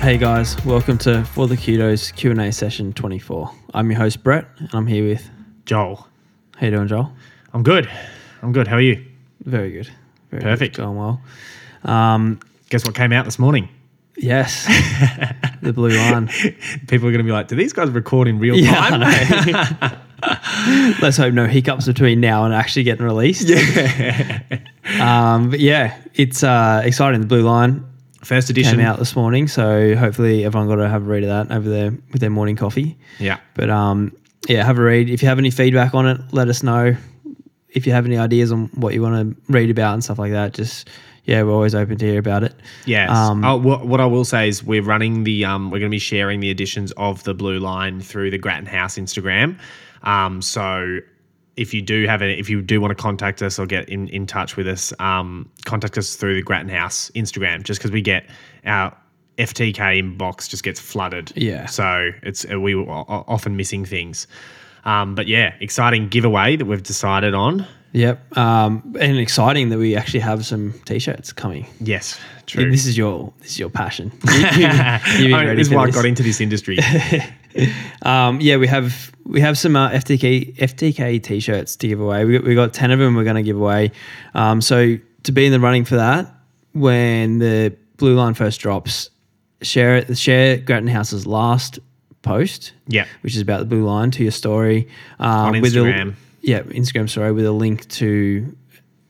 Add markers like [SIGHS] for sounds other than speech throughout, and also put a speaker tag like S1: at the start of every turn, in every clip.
S1: Hey guys, welcome to For the Kudos Q and A session 24. I'm your host Brett, and I'm here with.
S2: Joel.
S1: How you doing, Joel?
S2: I'm good. I'm good. How are you?
S1: Very good. Very
S2: Perfect.
S1: Good. Going well. Um,
S2: Guess what came out this morning?
S1: yes, the blue line.
S2: People are going to be like, do these guys record in real
S1: Yeah, [LAUGHS]
S2: time?
S1: I know. Let's hope no hiccups between now and actually getting released. Um, but yeah, it's uh, exciting. The blue line
S2: First
S1: came
S2: edition.
S1: out this morning, so hopefully everyone got to have a read of that over there with their morning coffee.
S2: Yeah.
S1: But um, yeah, have a read. If you have any feedback on it, let us know. If you have any ideas on what you want to read about and stuff like that, just yeah, we're always open to hear about it.
S2: Yes.
S1: Um,
S2: oh, what, what I will say is we're running the, um, we're going to be sharing the editions of the Blue Line through the Grattan House Instagram. Um, so if you do have it, if you do want to contact us or get in, in touch with us, um, contact us through the Grattan House Instagram, just because we get our FTK inbox just gets flooded.
S1: Yeah.
S2: So it's uh, we were o- o- often missing things. Um, but yeah, exciting giveaway that we've decided on.
S1: Yep, um, and exciting that we actually have some t-shirts coming.
S2: Yes, true.
S1: This is your this is your
S2: [LAUGHS]
S1: passion. You- you- you've been
S2: I mean,
S1: ready
S2: this is
S1: for
S2: why
S1: this.
S2: I got into
S1: [LAUGHS]
S2: this industry.
S1: Um, yeah, we have we have some uh, FTK FTK t-shirts to give away. We we got ten of them. We're going to give away. Um, so to be in the running for that, when the blue line first drops, share it. Share Grattan House's last post.
S2: Yeah.
S1: which is about the blue line to your story um,
S2: On
S1: With
S2: Instagram.
S1: a, yeah, Instagram story with a link to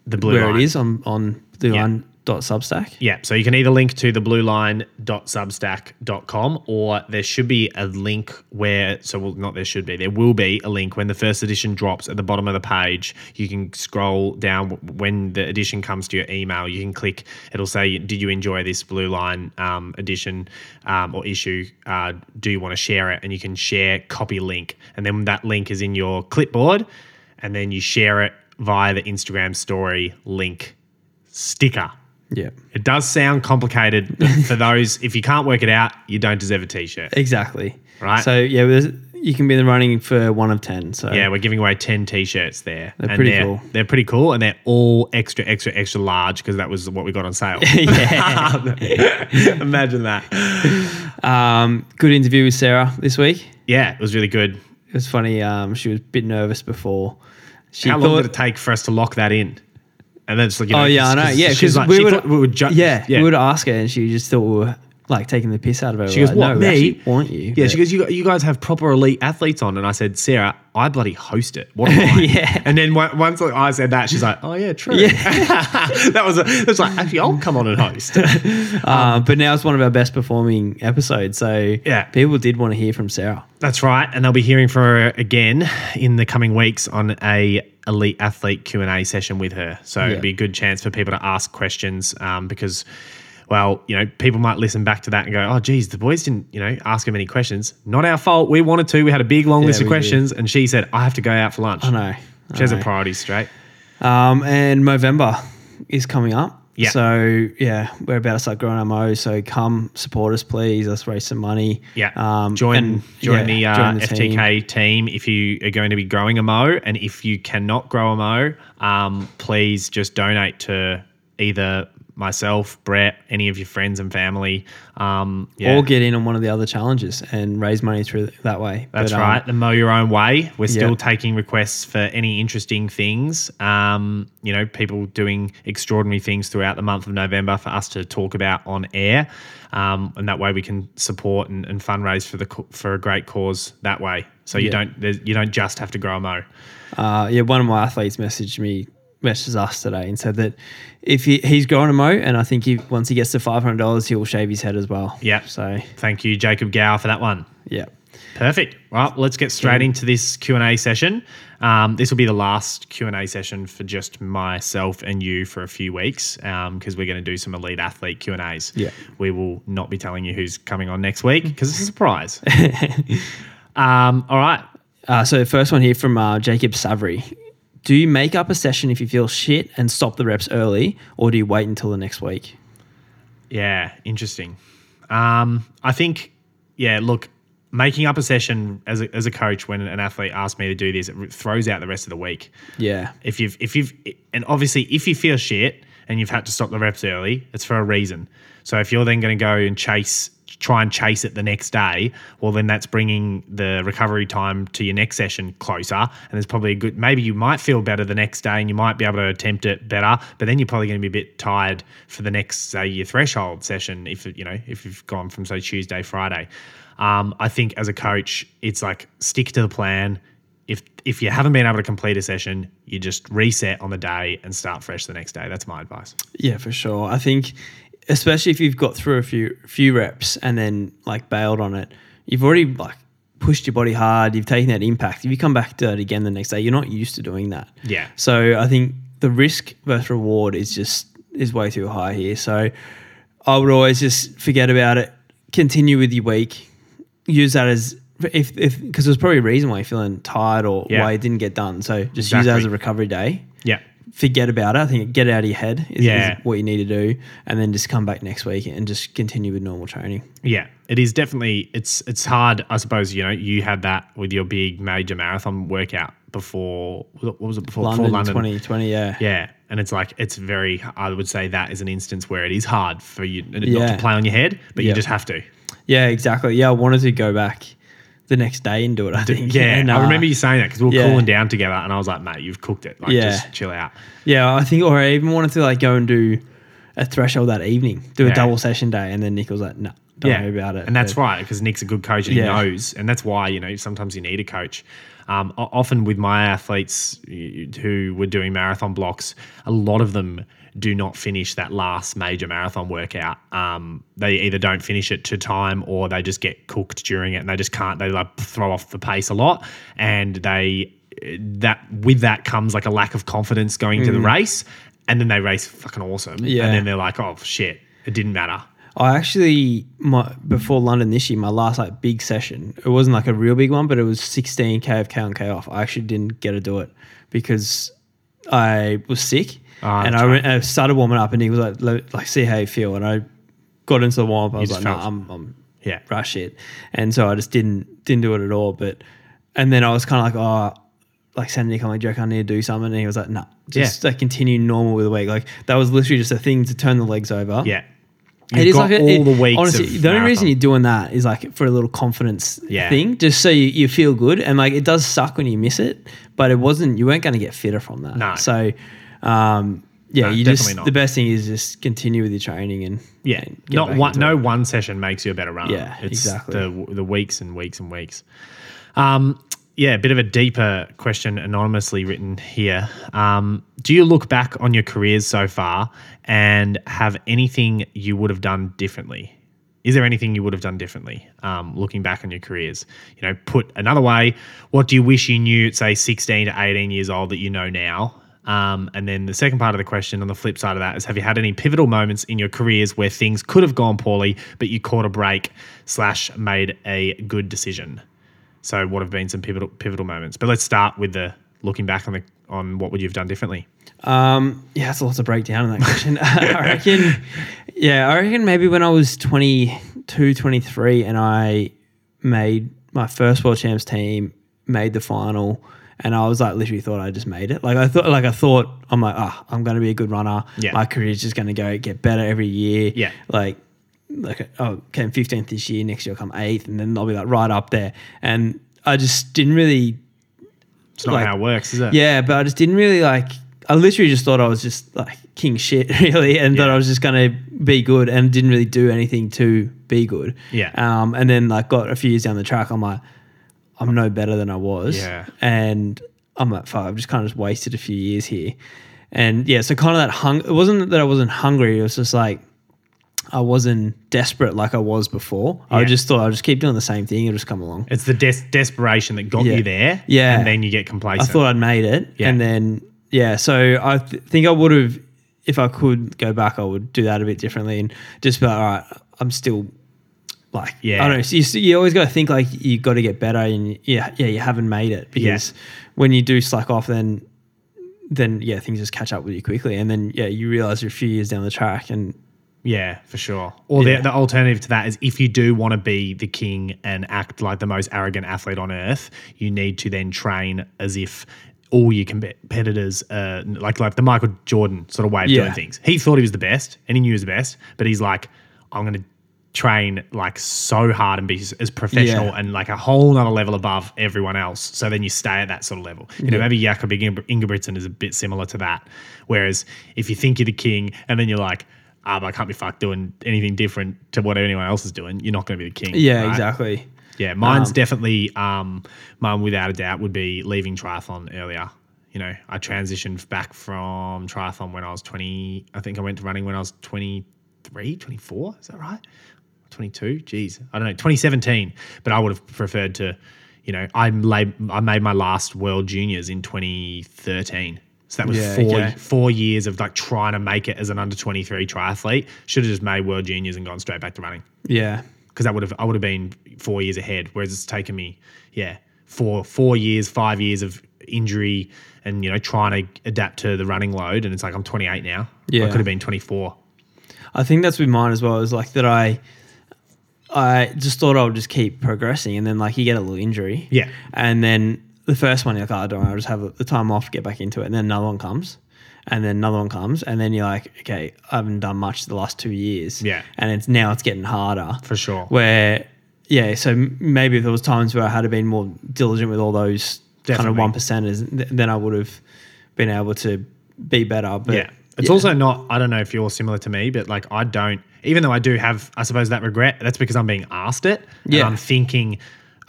S2: The blue
S1: where
S2: line.
S1: it is on on blue line dot substack.
S2: Yeah, so you can either link to the blueline.substack.com or there should be a link where, so well, not there should be, there will be a link when the first edition drops at the bottom of the page. You can scroll down w- when the edition comes to your email. You can click, it'll say, Did you enjoy this Blue Line um, edition um, or issue? Uh, do you want to share it? And you can share copy link. And then that link is in your clipboard. And then you share it via the Instagram story link sticker.
S1: Yeah,
S2: It does sound complicated
S1: [LAUGHS]
S2: but for those. If you can't work it out, you don't deserve a t-shirt.
S1: exactly.
S2: Right.
S1: So yeah, there's- you can be in the running for one of ten. So [LAUGHS]
S2: Yeah, we're giving away ten t-shirts there. They're
S1: pretty
S2: they're,
S1: cool.
S2: They're pretty cool, and they're all extra, extra, extra large because that was what we got
S1: [LAUGHS]
S2: on sale. [LAUGHS] Imagine that.
S1: Um, good interview with Sarah this week.
S2: Yeah, it was really good.
S1: It was funny. Um, she was a bit nervous before. She
S2: How
S1: thought,
S2: long did it take for us to lock that in? And then it's like, you know,
S1: Oh yeah, I
S2: 'cause-
S1: know.
S2: 'cause
S1: Yeah,
S2: she's
S1: because
S2: like,
S1: we
S2: she
S1: would,
S2: thought we would ju-
S1: yeah,
S2: yeah.
S1: we would ask her, and she just thought we were like taking the piss out of her.
S2: She goes,
S1: Like,
S2: "What
S1: no, we
S2: me?
S1: actually want you?
S2: Yeah,
S1: But
S2: she goes, you, you guys have proper elite athletes on, and I said, Sarah, I bloody host it. What? Am [LAUGHS] I?
S1: Yeah.
S2: And then on- once I said that, she's like, Oh yeah, true.
S1: Yeah.
S2: [LAUGHS] that was a, that was like actually I'll come on and host.
S1: Uh, but now it's one of our best performing episodes. So
S2: "Um, Yeah.
S1: people did want to hear from Sarah.
S2: That's right, and they'll be hearing from her again in the coming weeks on a elite athlete Q and A session with her. So
S1: Yeah.
S2: it'd be a good chance for people to ask questions um, because, well, you know, people might listen back to that and go, "Oh, geez, the boys didn't, you know, ask him any questions. Not our fault. We wanted to. We had a big long list
S1: Yeah,
S2: of
S1: we did.
S2: questions, and she said, "I have to go out for lunch."
S1: I know. I
S2: She has her
S1: know.
S2: priorities straight.
S1: Um, and Movember is coming up.
S2: Yeah.
S1: So yeah, we're about to start growing our mo. So come support us, please. Let's raise some money.
S2: Yeah.
S1: Um,
S2: join
S1: and-
S2: join the,
S1: yeah,
S2: uh,
S1: join the team.
S2: FTK team. if you are going to be growing a mo, and if you cannot grow a mo, um, please just donate to either myself, Brett, any of your friends and family. Um, yeah.
S1: Or get in on one of the other challenges and raise money through that way.
S2: That's
S1: But, um,
S2: right. The mow your own way. We're still
S1: Yeah.
S2: taking requests for any interesting things. Um, you know, people doing extraordinary things throughout the month of November for us to talk about on air, um, and that way we can support and, and fundraise for the co- for a great cause that way. So you
S1: Yeah.
S2: don't there's- you don't just have to grow a mow.
S1: Uh, yeah, one of my athletes messaged me, messaged us today, and said that if he, he's growing a mo, and I think he once he gets to five hundred dollars, he will shave his head as well.
S2: Yep.
S1: So
S2: Thank you, Jacob Gower, for that one.
S1: yeah,
S2: Perfect. Well, let's get straight into this Q and A session. Um, this will be the last Q and A session for just myself and you for a few weeks because we're going to do some elite athlete Q and As.
S1: Yeah.
S2: we will not be telling you who's coming on next week because it's a surprise. um, all right.
S1: Uh, so first one here from uh, Jacob Savory. Do you make up a session if you feel shit and stop the reps early, or do you wait until the next week?
S2: Yeah, interesting. Um, I think, yeah, look, making up a session as a, as a coach when an athlete asks me to do this, it throws out the rest of the week.
S1: Yeah,
S2: If you've if you've and obviously if you feel shit and you've had to stop the reps early, it's for a reason. So if you're then going to go and chase try and chase it the next day, well, then that's bringing the recovery time to your next session closer. And there's probably a good, maybe you might feel better the next day and you might be able to attempt it better, but then you're probably going to be a bit tired for the next, say, your threshold session if, you know, if you've gone from, say, Tuesday, Friday. Um, I think as a coach, it's like stick to the plan. If, if you haven't been able to complete a session, you just reset on the day and start fresh the next day. That's my advice.
S1: Yeah, for sure. I think, especially if you've got through a few few reps and then like bailed on it, you've already like pushed your body hard. You've taken that impact. If you come back to it again the next day, you're not used to doing that.
S2: Yeah.
S1: So I think the risk versus reward is just is way too high here. So I would always just forget about it. Continue with your week. Use that as if if because there's probably a reason why you're feeling tired or
S2: Yeah.
S1: why it didn't get done. So just use
S2: Exactly.
S1: that as a recovery day
S2: Yeah.
S1: forget about it. I think get it out of your head is,
S2: Yeah.
S1: is what you need to do, and then just come back next week and just continue with normal training.
S2: Yeah, it is definitely it's it's hard. I suppose you know you had that with your big major marathon workout before. What was it before?
S1: London,
S2: before London.
S1: 2020, yeah.
S2: Yeah, and it's like it's very. I would say that is an instance where it is hard for you not
S1: Yeah.
S2: to play on your head, but you
S1: Yeah.
S2: just have
S1: [LAUGHS]
S2: to.
S1: Yeah, exactly. Yeah, I wanted to go back the next day and do it. I think. [LAUGHS]
S2: Yeah,
S1: And,
S2: I
S1: uh,
S2: remember you saying that because we were
S1: yeah.
S2: cooling down together, and I was like, "Mate, you've cooked it. Like,
S1: Yeah.
S2: just chill out."
S1: Yeah, I think, or I even wanted to like go and do a threshold that evening, do
S2: Yeah.
S1: a double session day, and then Nick was like, "No, don't
S2: yeah.
S1: worry about it."
S2: And that's
S1: But-
S2: right, because Nick's a good coach and he
S1: Yeah.
S2: knows. And that's why, you know, sometimes you need a coach. Um, o- often with my athletes y- who were doing marathon blocks, a lot of them do not finish that last major marathon workout. Um, they either don't finish it to time or they just get cooked during it and they just can't, they like throw off the pace a lot. And they, that with that comes like a lack of confidence going into the race. And then they race fucking awesome.
S1: Mm. Yeah.
S2: And then they're like, oh shit, it didn't matter.
S1: I actually my before London this year, my last like big session. It wasn't like a real big one, but it was 16k of K on K off. I actually didn't get to do it because I was sick,
S2: Ah,
S1: and
S2: that's
S1: I, went, I started warming up, and he was like, "Let- "Like, see how you feel." And I got into the warm up. I was
S2: just
S1: like, "No,
S2: felt-
S1: I'm, I'm
S2: Yeah.
S1: rush it," and so I just didn't didn't do it at all. But and then I was kind of like, "Oh." Like sending Nick, I'm like, do you reckon I need to do something? And he was like, no, just like continue normal with the week. Like that was literally just a thing to turn the legs over.
S2: Yeah.
S1: It
S2: You've
S1: is like
S2: got
S1: a-
S2: all
S1: it-
S2: the weeks.
S1: Honestly,
S2: of
S1: the only reason
S2: marathon.
S1: you're doing that is like for a little confidence
S2: Yeah.
S1: thing, just so you, you feel good. And like it does suck when you miss it, but it wasn't. You weren't going to get fitter from that.
S2: No.
S1: So, um, yeah,
S2: No,
S1: you
S2: definitely
S1: just
S2: not.
S1: the best thing is just continue with your training and
S2: yeah,
S1: and get
S2: not
S1: back
S2: one.
S1: into
S2: No
S1: it.
S2: one session makes you a better runner.
S1: Yeah,
S2: it's
S1: exactly.
S2: The the weeks and weeks and weeks. Um, yeah, a bit of a deeper question, anonymously written here. Um, do you look back on your careers so far and have anything you would have done differently? Is there anything you would have done differently um, looking back on your careers? You know, put another way, what do you wish you knew at, say, 16 to 18 years old that you know now? Um, and then the second part of the question on the flip side of that is have you had any pivotal moments in your careers where things could have gone poorly, but you caught a break slash made a good decision? So what have been some pivotal pivotal moments? But let's start with the looking back on the on what would you have done differently?
S1: Um, yeah, that's a lot to break down in that question. [LAUGHS] I reckon, yeah, I reckon maybe when I was 22, 23 and I made my first world champs team, made the final, and I was like, literally thought I just made it. Like I thought, like I thought, I'm like, ah, I'm going to be a good runner.
S2: Yeah.
S1: My career's just going to go get better every year.
S2: Yeah.
S1: Like, like oh, came 15th this year, next year I'll come 8th, and then I'll be like right up there. And I just didn't really
S2: It's not
S1: Like-
S2: how it works, is it?
S1: yeah, but I just didn't really like. I literally just thought I was just like king shit, [LAUGHS] really, and that
S2: Yeah.
S1: I was just gonna be good, and didn't really do anything to be good.
S2: Yeah.
S1: Um, and then like got a few years down the track, I'm like, I'm no better than I was.
S2: Yeah.
S1: And I'm like, fuck, I've just kind of just wasted a few years here, and yeah, so kind of that hung. It wasn't that I wasn't hungry. It was just like I wasn't desperate like I was before. I
S2: Yeah.
S1: just thought I'll just keep doing the same thing. It'll just come along.
S2: It's the des- desperation that got
S1: Yeah.
S2: you there.
S1: Yeah.
S2: And then you get
S1: I
S2: complacent.
S1: thought I'd made it,
S2: Yeah.
S1: and then yeah. So I th- think I would have, if I could go back, I would do that a bit differently and just be like, all right, I'm still like,
S2: Yeah.
S1: I don't know. So you, s- you always got to think like you got to get better, and yeah, yeah, you haven't made it because when you do slack off, then then yeah, things just catch up with you quickly, and then yeah, you realize you're a few years down the track, and
S2: Yeah, for sure. Or
S1: Yeah.
S2: the, the alternative to that is if you do want to be the king and act like the most arrogant athlete on earth, you need to then train as if all your com- competitors, uh, like like the Michael Jordan sort of way of
S1: Yeah.
S2: doing things. He thought he was the best and he knew he was the best, but he's like, I'm going to train like so hard and be s- as professional
S1: Yeah.
S2: and like a whole nother level above everyone else. So then you stay at that sort of level. You know, maybe Jakob Inge- Ingebrigtsen is a bit similar to that. Whereas if you think you're the king and then you're like, ah, but I can't be fucked doing anything different to what anyone else is doing, you're not going to be the king.
S1: Yeah,
S2: right?
S1: exactly.
S2: Yeah, mine's definitely um, mine without a doubt would be leaving triathlon earlier. You know, I transitioned back from triathlon when I was 20. I think I went to running when I was 23, 24. Is that right? 22. Jeez, I don't know. 2017. But I would have preferred to, you know, I made I made my last World Juniors in 2013. So that was
S1: Yeah,
S2: four
S1: okay.
S2: four years of like trying to make it as an under 23 triathlete. Should have just made World Juniors and gone straight back to running
S1: Yeah.
S2: because I would have I would have been four years ahead. Whereas it's taken me, yeah, four four years, five years of injury, and you know trying to adapt to the running load. And it's like I'm 28 now.
S1: Yeah.
S2: I could have been 24.
S1: I think that's with mine as well. Is like that I, I just thought I would just keep progressing, and then like you get a little injury,
S2: Yeah.
S1: and then the first one you're like, oh, I don't, know, I'll just have the time off, get back into it, and then another one comes, and then another one comes, and then you're like, okay, I haven't done much the last two years,
S2: Yeah.
S1: and it's now it's getting harder
S2: For sure.
S1: Where, yeah, so m- maybe if there was times where I had been more diligent with all those kind of
S2: Definitely.
S1: one percenters, th- then I would have been able to be better. But
S2: Yeah. It's also not, I don't know if you're similar to me, but like I don't, even though I do have, I suppose, that regret, that's because I'm being asked it. and
S1: Yeah.
S2: I'm thinking,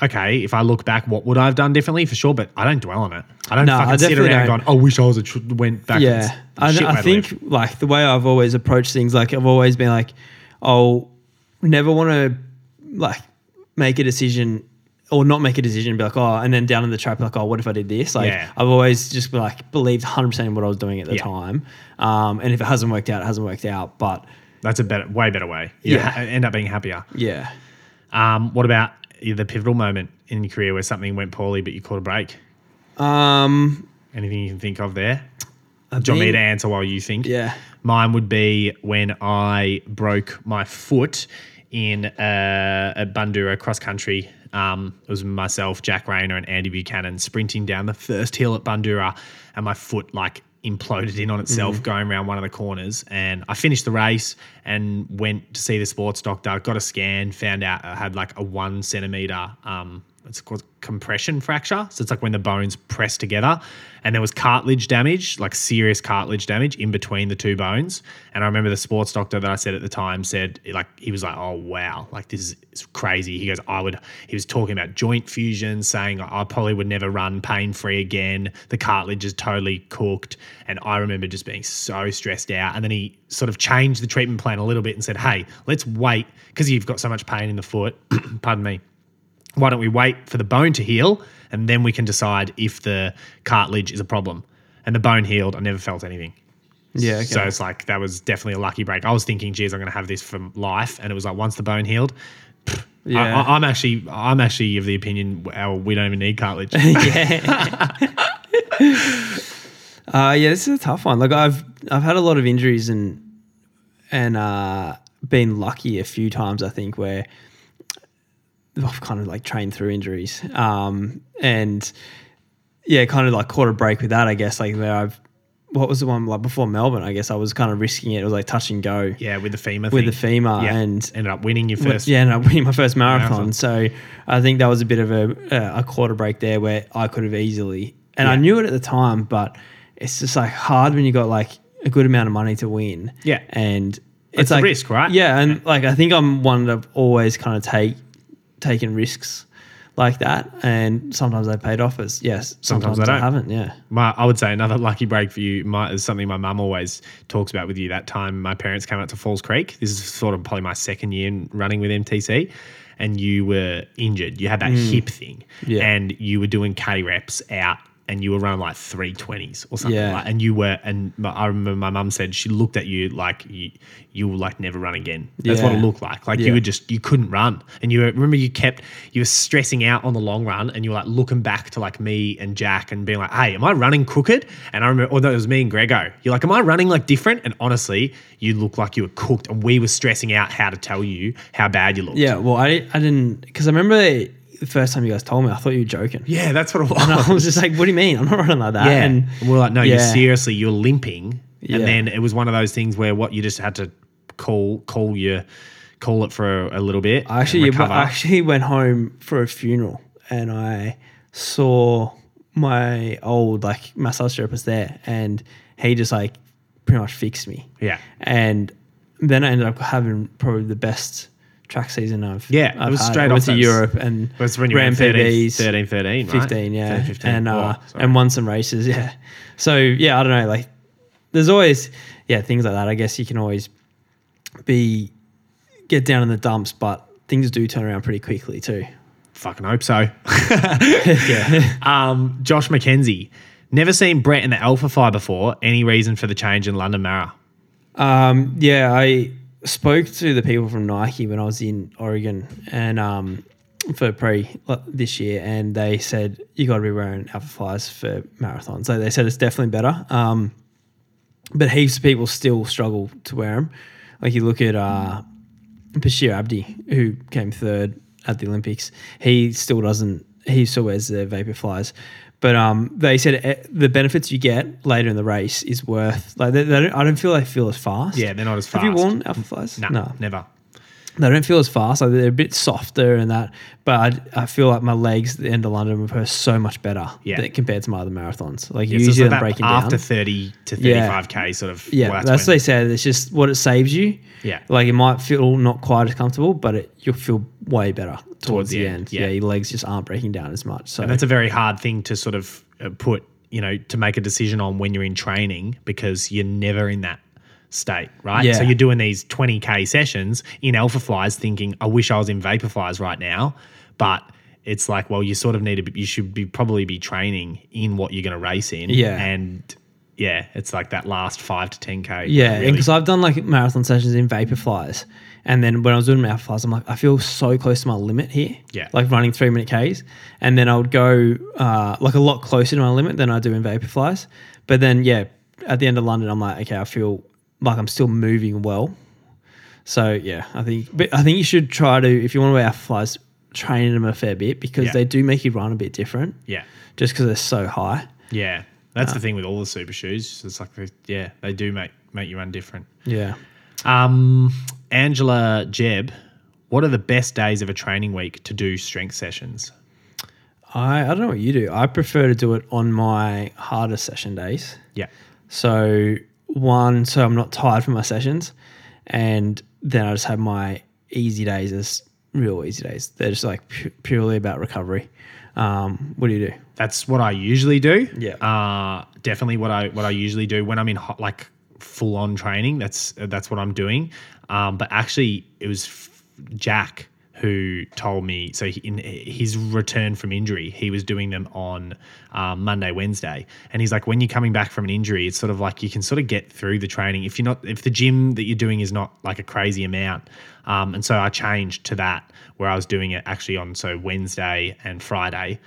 S2: okay, if I look back, what would I have done differently for sure? But I don't dwell on it. I don't
S1: No, I
S2: fucking sit
S1: definitely
S2: around
S1: don't.
S2: going, I wish I was a, tr- went back.
S1: Yeah, I,
S2: Shit way
S1: I
S2: to
S1: think
S2: live.
S1: like the way I've always approached things, like I've always been like, I'll never want to like make a decision or not make a decision, be like, oh, and then down in the trap, like, oh, what if I did this? Like,
S2: Yeah.
S1: I've always just like believed 100% in what I was doing at the
S2: Yeah.
S1: time. Um, and if it hasn't worked out, it hasn't worked out. But
S2: that's a better, way better way. You
S1: Yeah.
S2: ha- end up being happier.
S1: yeah,
S2: Um, what about the pivotal moment in your career where something went poorly but you caught a break?
S1: um,
S2: Anything you can think of there?
S1: I
S2: Do you want me
S1: think-
S2: to answer while you think?
S1: Yeah.
S2: Mine would be when I broke my foot in uh, at Bundura cross country. Um, it was myself, Jack Rayner, and Andy Buchanan sprinting down the first hill at Bundura, and my foot like imploded in on itself going around one of the corners. And I finished the race and went to see the sports doctor, got a scan, found out I had like a one centimeter um, it's called compression fracture. So it's like when the bones press together. And there was cartilage damage, like serious cartilage damage in between the two bones. And I remember the sports doctor that I said at the time said, like, he was like, oh, wow, like this is it's crazy. He goes, I would, he was talking about joint fusion, saying, I probably would never run pain free again. The cartilage is totally cooked. And I remember just being so stressed out. And then he sort of changed the treatment plan a little bit and said, hey, let's wait because you've got so much pain in the foot. [CLEARS THROAT] Pardon me why don't we wait for the bone to heal and then we can decide if the cartilage is a problem? And the bone healed. I never felt anything.
S1: yeah, okay.
S2: So it's like that was definitely a lucky break. I was thinking, geez, I'm going to have this for life, and it was like once the bone healed. pfft,
S1: Yeah.
S2: I, I, I'm actually, I'm actually of the opinion well, we don't even
S1: [LAUGHS]
S2: need cartilage.
S1: yeah. [LAUGHS] uh, yeah, this is a tough one. Like I've I've had a lot of injuries and and uh, been lucky a few times. I think where I've kind of like trained through injuries. Um, and yeah, kind of like caught a break with that. I guess like where I've what was the one like before Melbourne? I guess I was kind of risking it. It was like touch and go
S2: yeah, with the femur.
S1: with
S2: thing.
S1: the femur
S2: Yeah.
S1: and
S2: ended up winning your first.
S1: yeah, and I [LAUGHS] winning my first marathon.
S2: Marathon.
S1: So I think that was a bit of a uh, a quarter break there where I could have easily, and I
S2: Yeah.
S1: knew it at the time, but it's just like hard when you got like a good amount of money to win.
S2: Yeah.
S1: and
S2: It's
S1: it's
S2: a
S1: like
S2: risk, right?
S1: Yeah, and like I think I'm one that I've always kind of take taken risks like that, and sometimes they paid off. As yes, sometimes,
S2: Sometimes they
S1: I
S2: don't.
S1: haven't. Yeah,
S2: my, I would say another lucky break for you my, is something my mum always talks about with you. That time my parents came out to Falls Creek. This is sort of probably my second year in running with MTC, and you were injured. You had that hip thing,
S1: Mm. Yeah.
S2: and you were doing K reps out, and you were running like three twenties or something.
S1: Yeah.
S2: Like, and you were, and my- I remember my mum said she looked at you like you, you will like never run again. That's what it
S1: Yeah.
S2: looked like. Like you
S1: Yeah.
S2: were just you couldn't run, and you were, remember you kept you were stressing out on the long run, and you were like looking back to like me and Jack and being like, "Hey, am I running crooked?" And I remember, although it was me and Grego, you're like, "Am I running like different?" And honestly, you looked like you were cooked, and we were stressing out how to tell you how bad you looked.
S1: yeah. Well, I I didn't because I remember the first time you guys told me, I thought you were joking.
S2: yeah, that's what it was.
S1: And [LAUGHS] I was just like, "What do you mean? I'm not running like that."
S2: Yeah.
S1: And
S2: And we're like, no, you're
S1: Yeah.
S2: seriously, you're limping.
S1: Yeah.
S2: And then it was one of those things where what you just had to call call your call it for a, a little bit.
S1: I actually,
S2: and
S1: I
S2: recover.
S1: actually went home for a funeral and I saw my old like massage therapist there, and he just like pretty much fixed me.
S2: Yeah.
S1: And then I ended up having probably the best track season I've
S2: Yeah, it
S1: I've
S2: was
S1: had.
S2: straight
S1: I went
S2: off
S1: to
S2: those-
S1: Europe and
S2: That's when you
S1: ran
S2: ran 13,
S1: PBs
S2: 13, 13, right?
S1: fifteen, yeah,
S2: 13, 15.
S1: and uh,
S2: Oh, sorry.
S1: and won some races, yeah. So yeah, I don't know, like there's always yeah things like that. I guess you can always be get down in the dumps, but things do turn around pretty quickly too.
S2: fucking hope so. [LAUGHS]
S1: yeah,
S2: Um, Josh McKenzie. Never seen Brett in the Alpha Fire before. Any reason for the change in London Mara?
S1: um, yeah. I spoke to the people from Nike when I was in Oregon and um, for pre like, this year, and they said you got to be wearing Alpha Flies for marathons. So they said it's definitely better. Um, but heaps of people still struggle to wear them. Like you look at uh, Bashir Abdi, who came third at the Olympics. He still doesn't. He still wears the vapor flies. But um, they said eh, the benefits you get later in the race is worth like they, they don't, I don't feel they feel as fast.
S2: Yeah, they're not as fast.
S1: Have you worn alpha flies?
S2: Nah, never.
S1: they don't feel as fast. Like they're a bit softer and that. But I, I feel like my legs at the end of London were so much better.
S2: Yeah.
S1: than- compared to my other marathons. Like
S2: Yeah, so it's
S1: usually
S2: like
S1: I'm
S2: that
S1: breaking
S2: after
S1: down.
S2: thirty to
S1: Yeah.
S2: thirty-five k, sort of.
S1: Yeah,
S2: well,
S1: that's, what
S2: when-
S1: they said. It's just what it saves you.
S2: Yeah.
S1: Like it might feel not quite as comfortable, but it, you'll feel way better towards, the,
S2: the
S1: end.
S2: end,
S1: Yeah.
S2: yeah.
S1: your legs just aren't breaking down as much. So
S2: And that's a very hard thing to sort of uh, put, you know, to make a decision on when you're in training because you're never in that state, right?
S1: Yeah.
S2: So you're doing these 20K sessions in Alpha Flies thinking, I wish I was in Vapor Flies right now. But it's like, well, you sort of need to, be, you should be probably be training in what you're going to race in.
S1: Yeah.
S2: And yeah, it's like that last five to 10K.
S1: yeah,
S2: really.
S1: because I've done like marathon sessions in vapor flies, and then when I was doing marathon flies, I'm like, I feel so close to my limit here.
S2: Yeah.
S1: like running three minute k's, and then I would go uh, like a lot closer to my limit than I do in vapor flies. But then yeah, at the end of London, I'm like, okay, I feel like I'm still moving well. So yeah, I think but I think you should try to if you want to wear alpha flies, train them a fair bit because
S2: Yeah.
S1: they do make you run a bit different,
S2: yeah.
S1: just because they're so high.
S2: Yeah. That's the
S1: Uh.
S2: thing with all the super shoes. It's like, they- yeah, they do make, make you run different.
S1: Yeah.
S2: Um, Angela Jeb, what are the best days of a training week to do strength sessions?
S1: I, I don't know what you do. I prefer to do it on my harder session days.
S2: Yeah.
S1: So one, so I'm not tired from my sessions, and then I just have my easy days as real easy days. They're just like pu- purely about recovery. Um, what do you do?
S2: That's what I usually do.
S1: Yeah.
S2: Uh, definitely what I what I usually do when I'm in hot, like full on training. That's that's what I'm doing. Um, but actually, it was f- Jack who told me. So he, in his return from injury, he was doing them on um, Monday, Wednesday, and he's like, when you're coming back from an injury, it's sort of like you can sort of get through the training if you're not if the gym that you're doing is not like a crazy amount. Um, and so I changed to that where I was doing it actually on so Wednesday and Friday.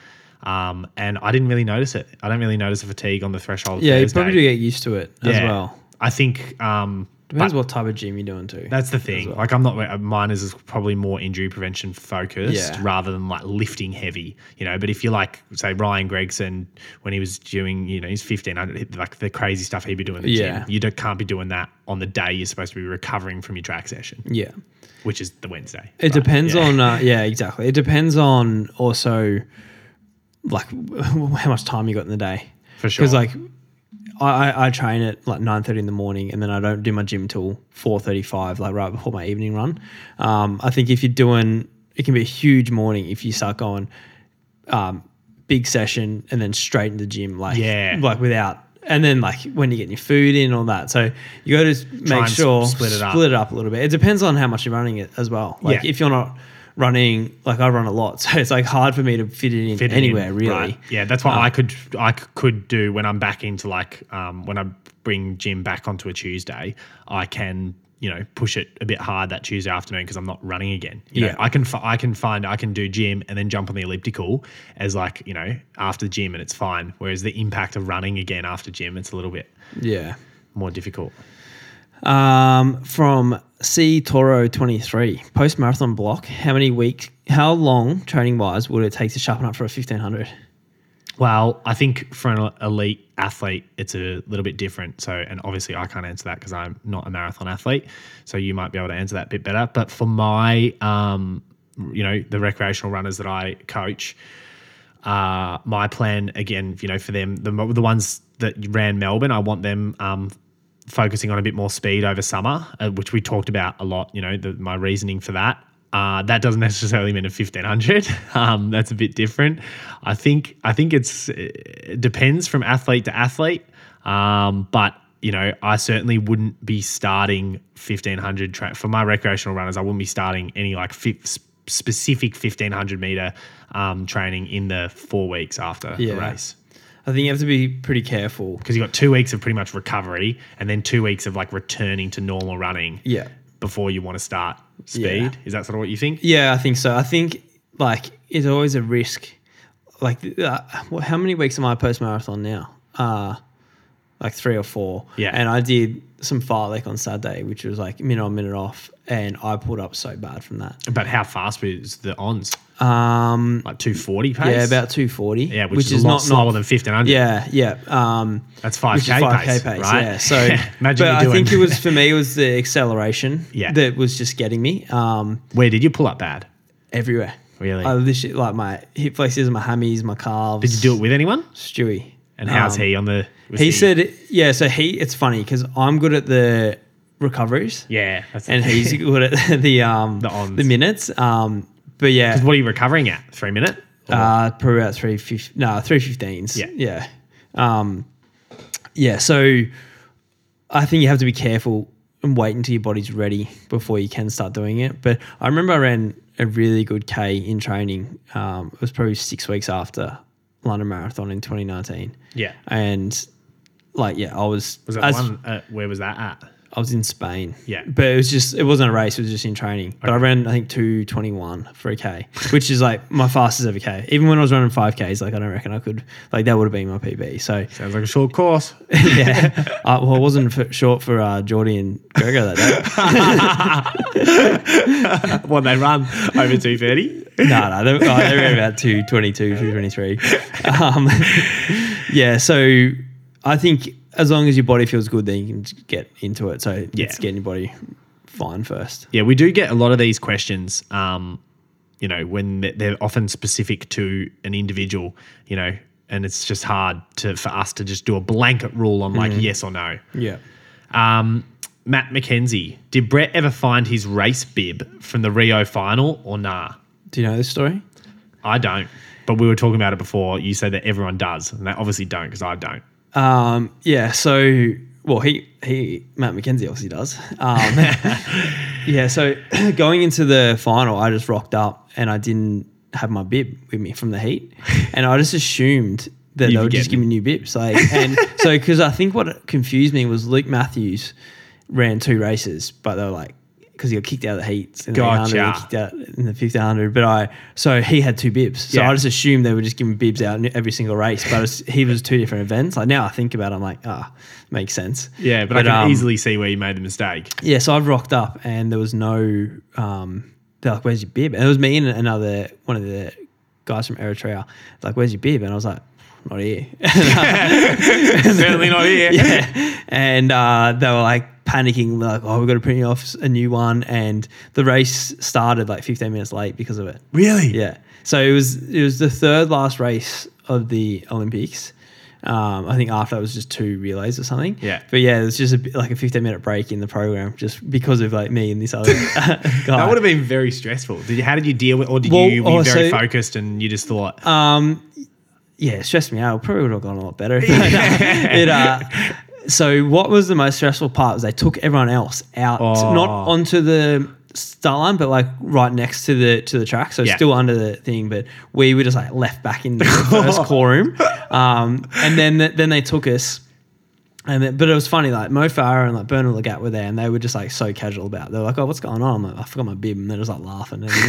S2: Um, and I didn't really notice it. I don't really notice a fatigue on the threshold.
S1: Yeah, you
S2: Thursday.
S1: probably do get used to it as
S2: Yeah.
S1: well.
S2: I think um,
S1: Depends what type of gym you're doing too.
S2: that's the thing. Like I'm not uh, mine is is probably more injury prevention focused
S1: Yeah.
S2: rather than like lifting heavy, you know. But if you like say Ryan Gregson when he was doing, you know, his 1500 like the crazy stuff he'd be doing in the
S1: Yeah.
S2: gym, you don't, can't be doing that on the day you're supposed to be recovering from your track session,
S1: yeah.
S2: which is the Wednesday.
S1: It
S2: But,
S1: depends
S2: yeah.
S1: on uh, yeah, exactly. It depends on also like [LAUGHS] how much time you got in the day.
S2: For
S1: Because
S2: sure.
S1: like I, I, I train at like nine thirty in the morning, and then I don't do my gym till four thirty five, like right before my evening run. Um, I think if you're doing, it can be a huge morning if you start going um, big session and then straight into the gym, like
S2: Yeah.
S1: like without. And then, like when you're getting your food in, all that. So you got to make
S2: and s-
S1: sure
S2: split it up.
S1: split it up a little bit. It depends on how much you're running it as well. Like
S2: Yeah.
S1: if you're not running, like I run a lot, [LAUGHS] so it's like hard for me to fit it in
S2: fit it in,
S1: anywhere really. Uh,
S2: right. Yeah, that's what I could I c- could do when I'm back into like um, when I bring Jim back onto a Tuesday, I can you know push it a bit hard that Tuesday afternoon because I'm not running again. You know,
S1: Yeah.
S2: I can fi- I can find I can do gym and then jump on the elliptical as like you know after gym and it's fine. Whereas the impact of running again after gym, it's a little bit
S1: Yeah.
S2: more difficult.
S1: Um, from C Toro twenty three post marathon block. How many weeks? How long training wise would it take to sharpen up for a fifteen hundred?
S2: Well, I think for an elite athlete, it's a little bit different. So, and obviously, I can't answer that because I'm not a marathon athlete. So, you might be able to answer that bit better. But for my, um, you know, the recreational runners that I coach, uh, my plan again, you know, for them, the the ones that ran Melbourne, I want them um, focusing on a bit more speed over summer, uh, which we talked about a lot. You know, the, my reasoning for that. Uh, that doesn't [LAUGHS] necessarily mean a fifteen hundred. [LAUGHS] Um, that's a bit different. I think I think it's uh, it depends from athlete to athlete. Um, but you know, I certainly wouldn't be starting fifteen hundred tra- for my recreational runners. I wouldn't be starting any like fifth specific 1500 meter um, training in the four weeks after
S1: Yeah.
S2: the race
S1: I think you have to be pretty careful.
S2: because you got two weeks of pretty much recovery and then two weeks of like returning to normal running
S1: Yeah.
S2: before you want to start speed.
S1: Yeah.
S2: Is that sort of what you think?
S1: Yeah, I think so. I think like it's always a risk. Like, uh, well, how many weeks am I post marathon now? Uh, like three or four.
S2: Yeah.
S1: And I did some fire lake on Saturday, which was like minute on, minute off, and I pulled up so bad from that.
S2: But how fast was the ons?
S1: Um,
S2: Like 240 pace?
S1: yeah, about two forty.
S2: Yeah, which, is, a lot slower than 1500.
S1: Yeah, yeah. Um,
S2: That's
S1: which is
S2: 5K,
S1: 5K
S2: pace, Right? [LAUGHS]
S1: Yeah. So,
S2: imagine
S1: but
S2: you're
S1: I
S2: doing.
S1: think it was for me, it was the acceleration
S2: Yeah.
S1: that was just getting me um,
S2: Where did you pull up bad?
S1: everywhere.
S2: Really?
S1: I literally like my hip flexors, my hammies, my calves.
S2: did you do it with anyone?
S1: Stewie?
S2: And how's
S1: Um,
S2: he on the. was
S1: He said, yeah. So he, it's funny because I'm good at the recoveries,
S2: Yeah. That's
S1: and he's good at [LAUGHS] the um
S2: The ons.
S1: minutes. Um, but yeah,
S2: [LAUGHS] What are you recovering at? Three minute? Or-
S1: uh, probably about three fifty. No, three fifteens.
S2: Yeah.
S1: yeah, um, yeah. So I think you have to be careful and wait until your body's ready before you can start doing it. But I remember I ran a really good K in training. Um, it was probably six weeks after London Marathon in 2019,
S2: yeah.
S1: and like yeah, I was
S2: Was that
S1: as-
S2: one? Uh, where was that at?
S1: I was in Spain.
S2: Yeah.
S1: But it was just, it wasn't a race. It was just in training. But I ran, I think, 221 for a K, which is like my fastest ever K. Even when I was running 5Ks, like, I don't reckon I could, like, that would have been my PB.
S2: [LAUGHS]
S1: So,
S2: Sounds like a
S1: [LAUGHS]
S2: short course.
S1: yeah. I, well, I wasn't for, short for uh, Geordie and Gregor that day.
S2: [LAUGHS] what they run over 230?
S1: no, no. They, oh, they ran about 222, 223. Um, [LAUGHS] yeah. So I think as long as your body feels good, then you can just get into it. So
S2: Yeah.
S1: it's getting your body fine first.
S2: [LAUGHS] Yeah, we do get a lot of these questions. Um, you know, when th- they're often specific to an individual. You know, and it's just hard to for us to just do a blanket rule on
S1: Mm-hmm.
S2: like yes or no.
S1: Yeah.
S2: Um, Matt McKenzie, did Brett ever find his race bib from the Rio final or nah?
S1: Do you know this story?
S2: I don't. But we were talking about it before. You said that everyone does, and they obviously don't because I don't.
S1: Um, yeah, so well, he he Matt McKenzie obviously does. Um, yeah, so [CLEARS THROAT] going into the final, I just rocked up and I didn't have my bib with me from the heat, and I just assumed that
S2: You'd
S1: they would
S2: get
S1: just give me new bibs. Like, and so because I think what confused me was Luke Matthews ran two races, but they were like. Because he got kicked out of the heats in the 800,
S2: Gotcha.
S1: he kicked out in the 1500. But I, so he had two bibs. So
S2: Yeah.
S1: I just assumed they were just giving bibs out in every single race, but it's, he was two different events. Like now I think about it, I'm like, ah, makes sense.
S2: Yeah, but, I can
S1: um,
S2: easily see where you made the mistake.
S1: Yeah, so I've rocked up and there was no, um, they're like, where's your bib? And it was me and another, one of the guys from Eritrea, like, where's your bib? And I was like, not here.
S2: [LAUGHS] Certainly not [LAUGHS]
S1: [LAUGHS]
S2: here.
S1: yeah. And uh, they were like panicking, like, oh, we've got to print you off a new one. And the race started like 15 minutes late because of it.
S2: Really?
S1: Yeah. So it was it was the third last race of the Olympics. Um, I think after that was just two relays or something.
S2: Yeah.
S1: But yeah, it was just a, bit- like a 15 minute break in the program just because of like me and this other [LAUGHS] guy.
S2: That would have been very stressful. Did you, how did you deal with, or did
S1: Well,
S2: you were you
S1: also-
S2: very focused and you just thought,
S1: Um, yeah, it stressed me out. It probably would have gone a lot better. it, [LAUGHS] uh, so what was the most stressful part was they took everyone else out,
S2: Oh.
S1: not onto the start line, but like right next to the to the track. So
S2: Yeah.
S1: still under the thing, but we were just like left back
S2: [LAUGHS]
S1: in the first quorum. Um, and then then they took us. And then, but it was funny, like Mo Farah and like Bernard Lagat were there, and they were just like so casual about. it. They were like, "Oh, what's going on?" I'm like, "I forgot my bib," and they're just like laughing. And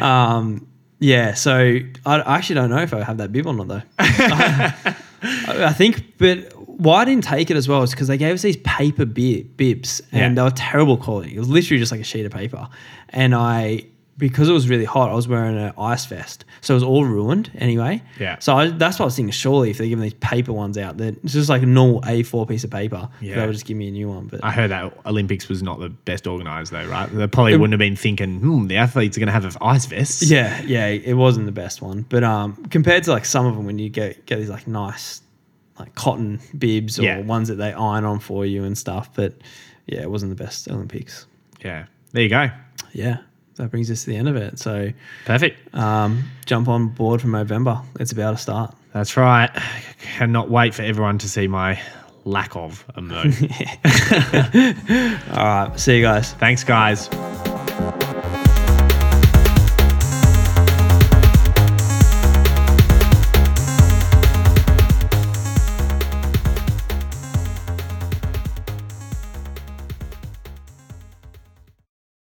S1: like,
S2: [LAUGHS]
S1: um, yeah, so I, I actually don't know if I have that bib or
S2: [LAUGHS]
S1: not, though. I, I think, but why I didn't take it as well is because they gave us these paper bib, bibs, and
S2: Yeah.
S1: they were terrible quality. It was literally just like a sheet of paper, and I because it was really hot, I was wearing an ice vest, so it was all ruined anyway.
S2: Yeah.
S1: So I, that's what I was thinking. Surely, if they're giving these paper ones out, that it's just like a normal A4 piece of paper.
S2: Yeah.
S1: They would just give me a new one. But
S2: I heard that Olympics was not the best organised though, right? They probably wouldn't have been thinking, hmm, the athletes are going to have an ice vest.
S1: yeah, yeah, it wasn't the best one. But um, compared to like some of them, when you get get these like nice, like cotton bibs or
S2: Yeah.
S1: ones that they iron on for you and stuff. But yeah, it wasn't the best Olympics.
S2: Yeah. There you go.
S1: Yeah. That brings us to the end of it. So
S2: Perfect.
S1: um, jump on board for November. It's about to start.
S2: That's right. [SIGHS] Cannot wait for everyone to see my lack of a mood. [LAUGHS]
S1: All right. See you guys.
S2: Thanks, guys.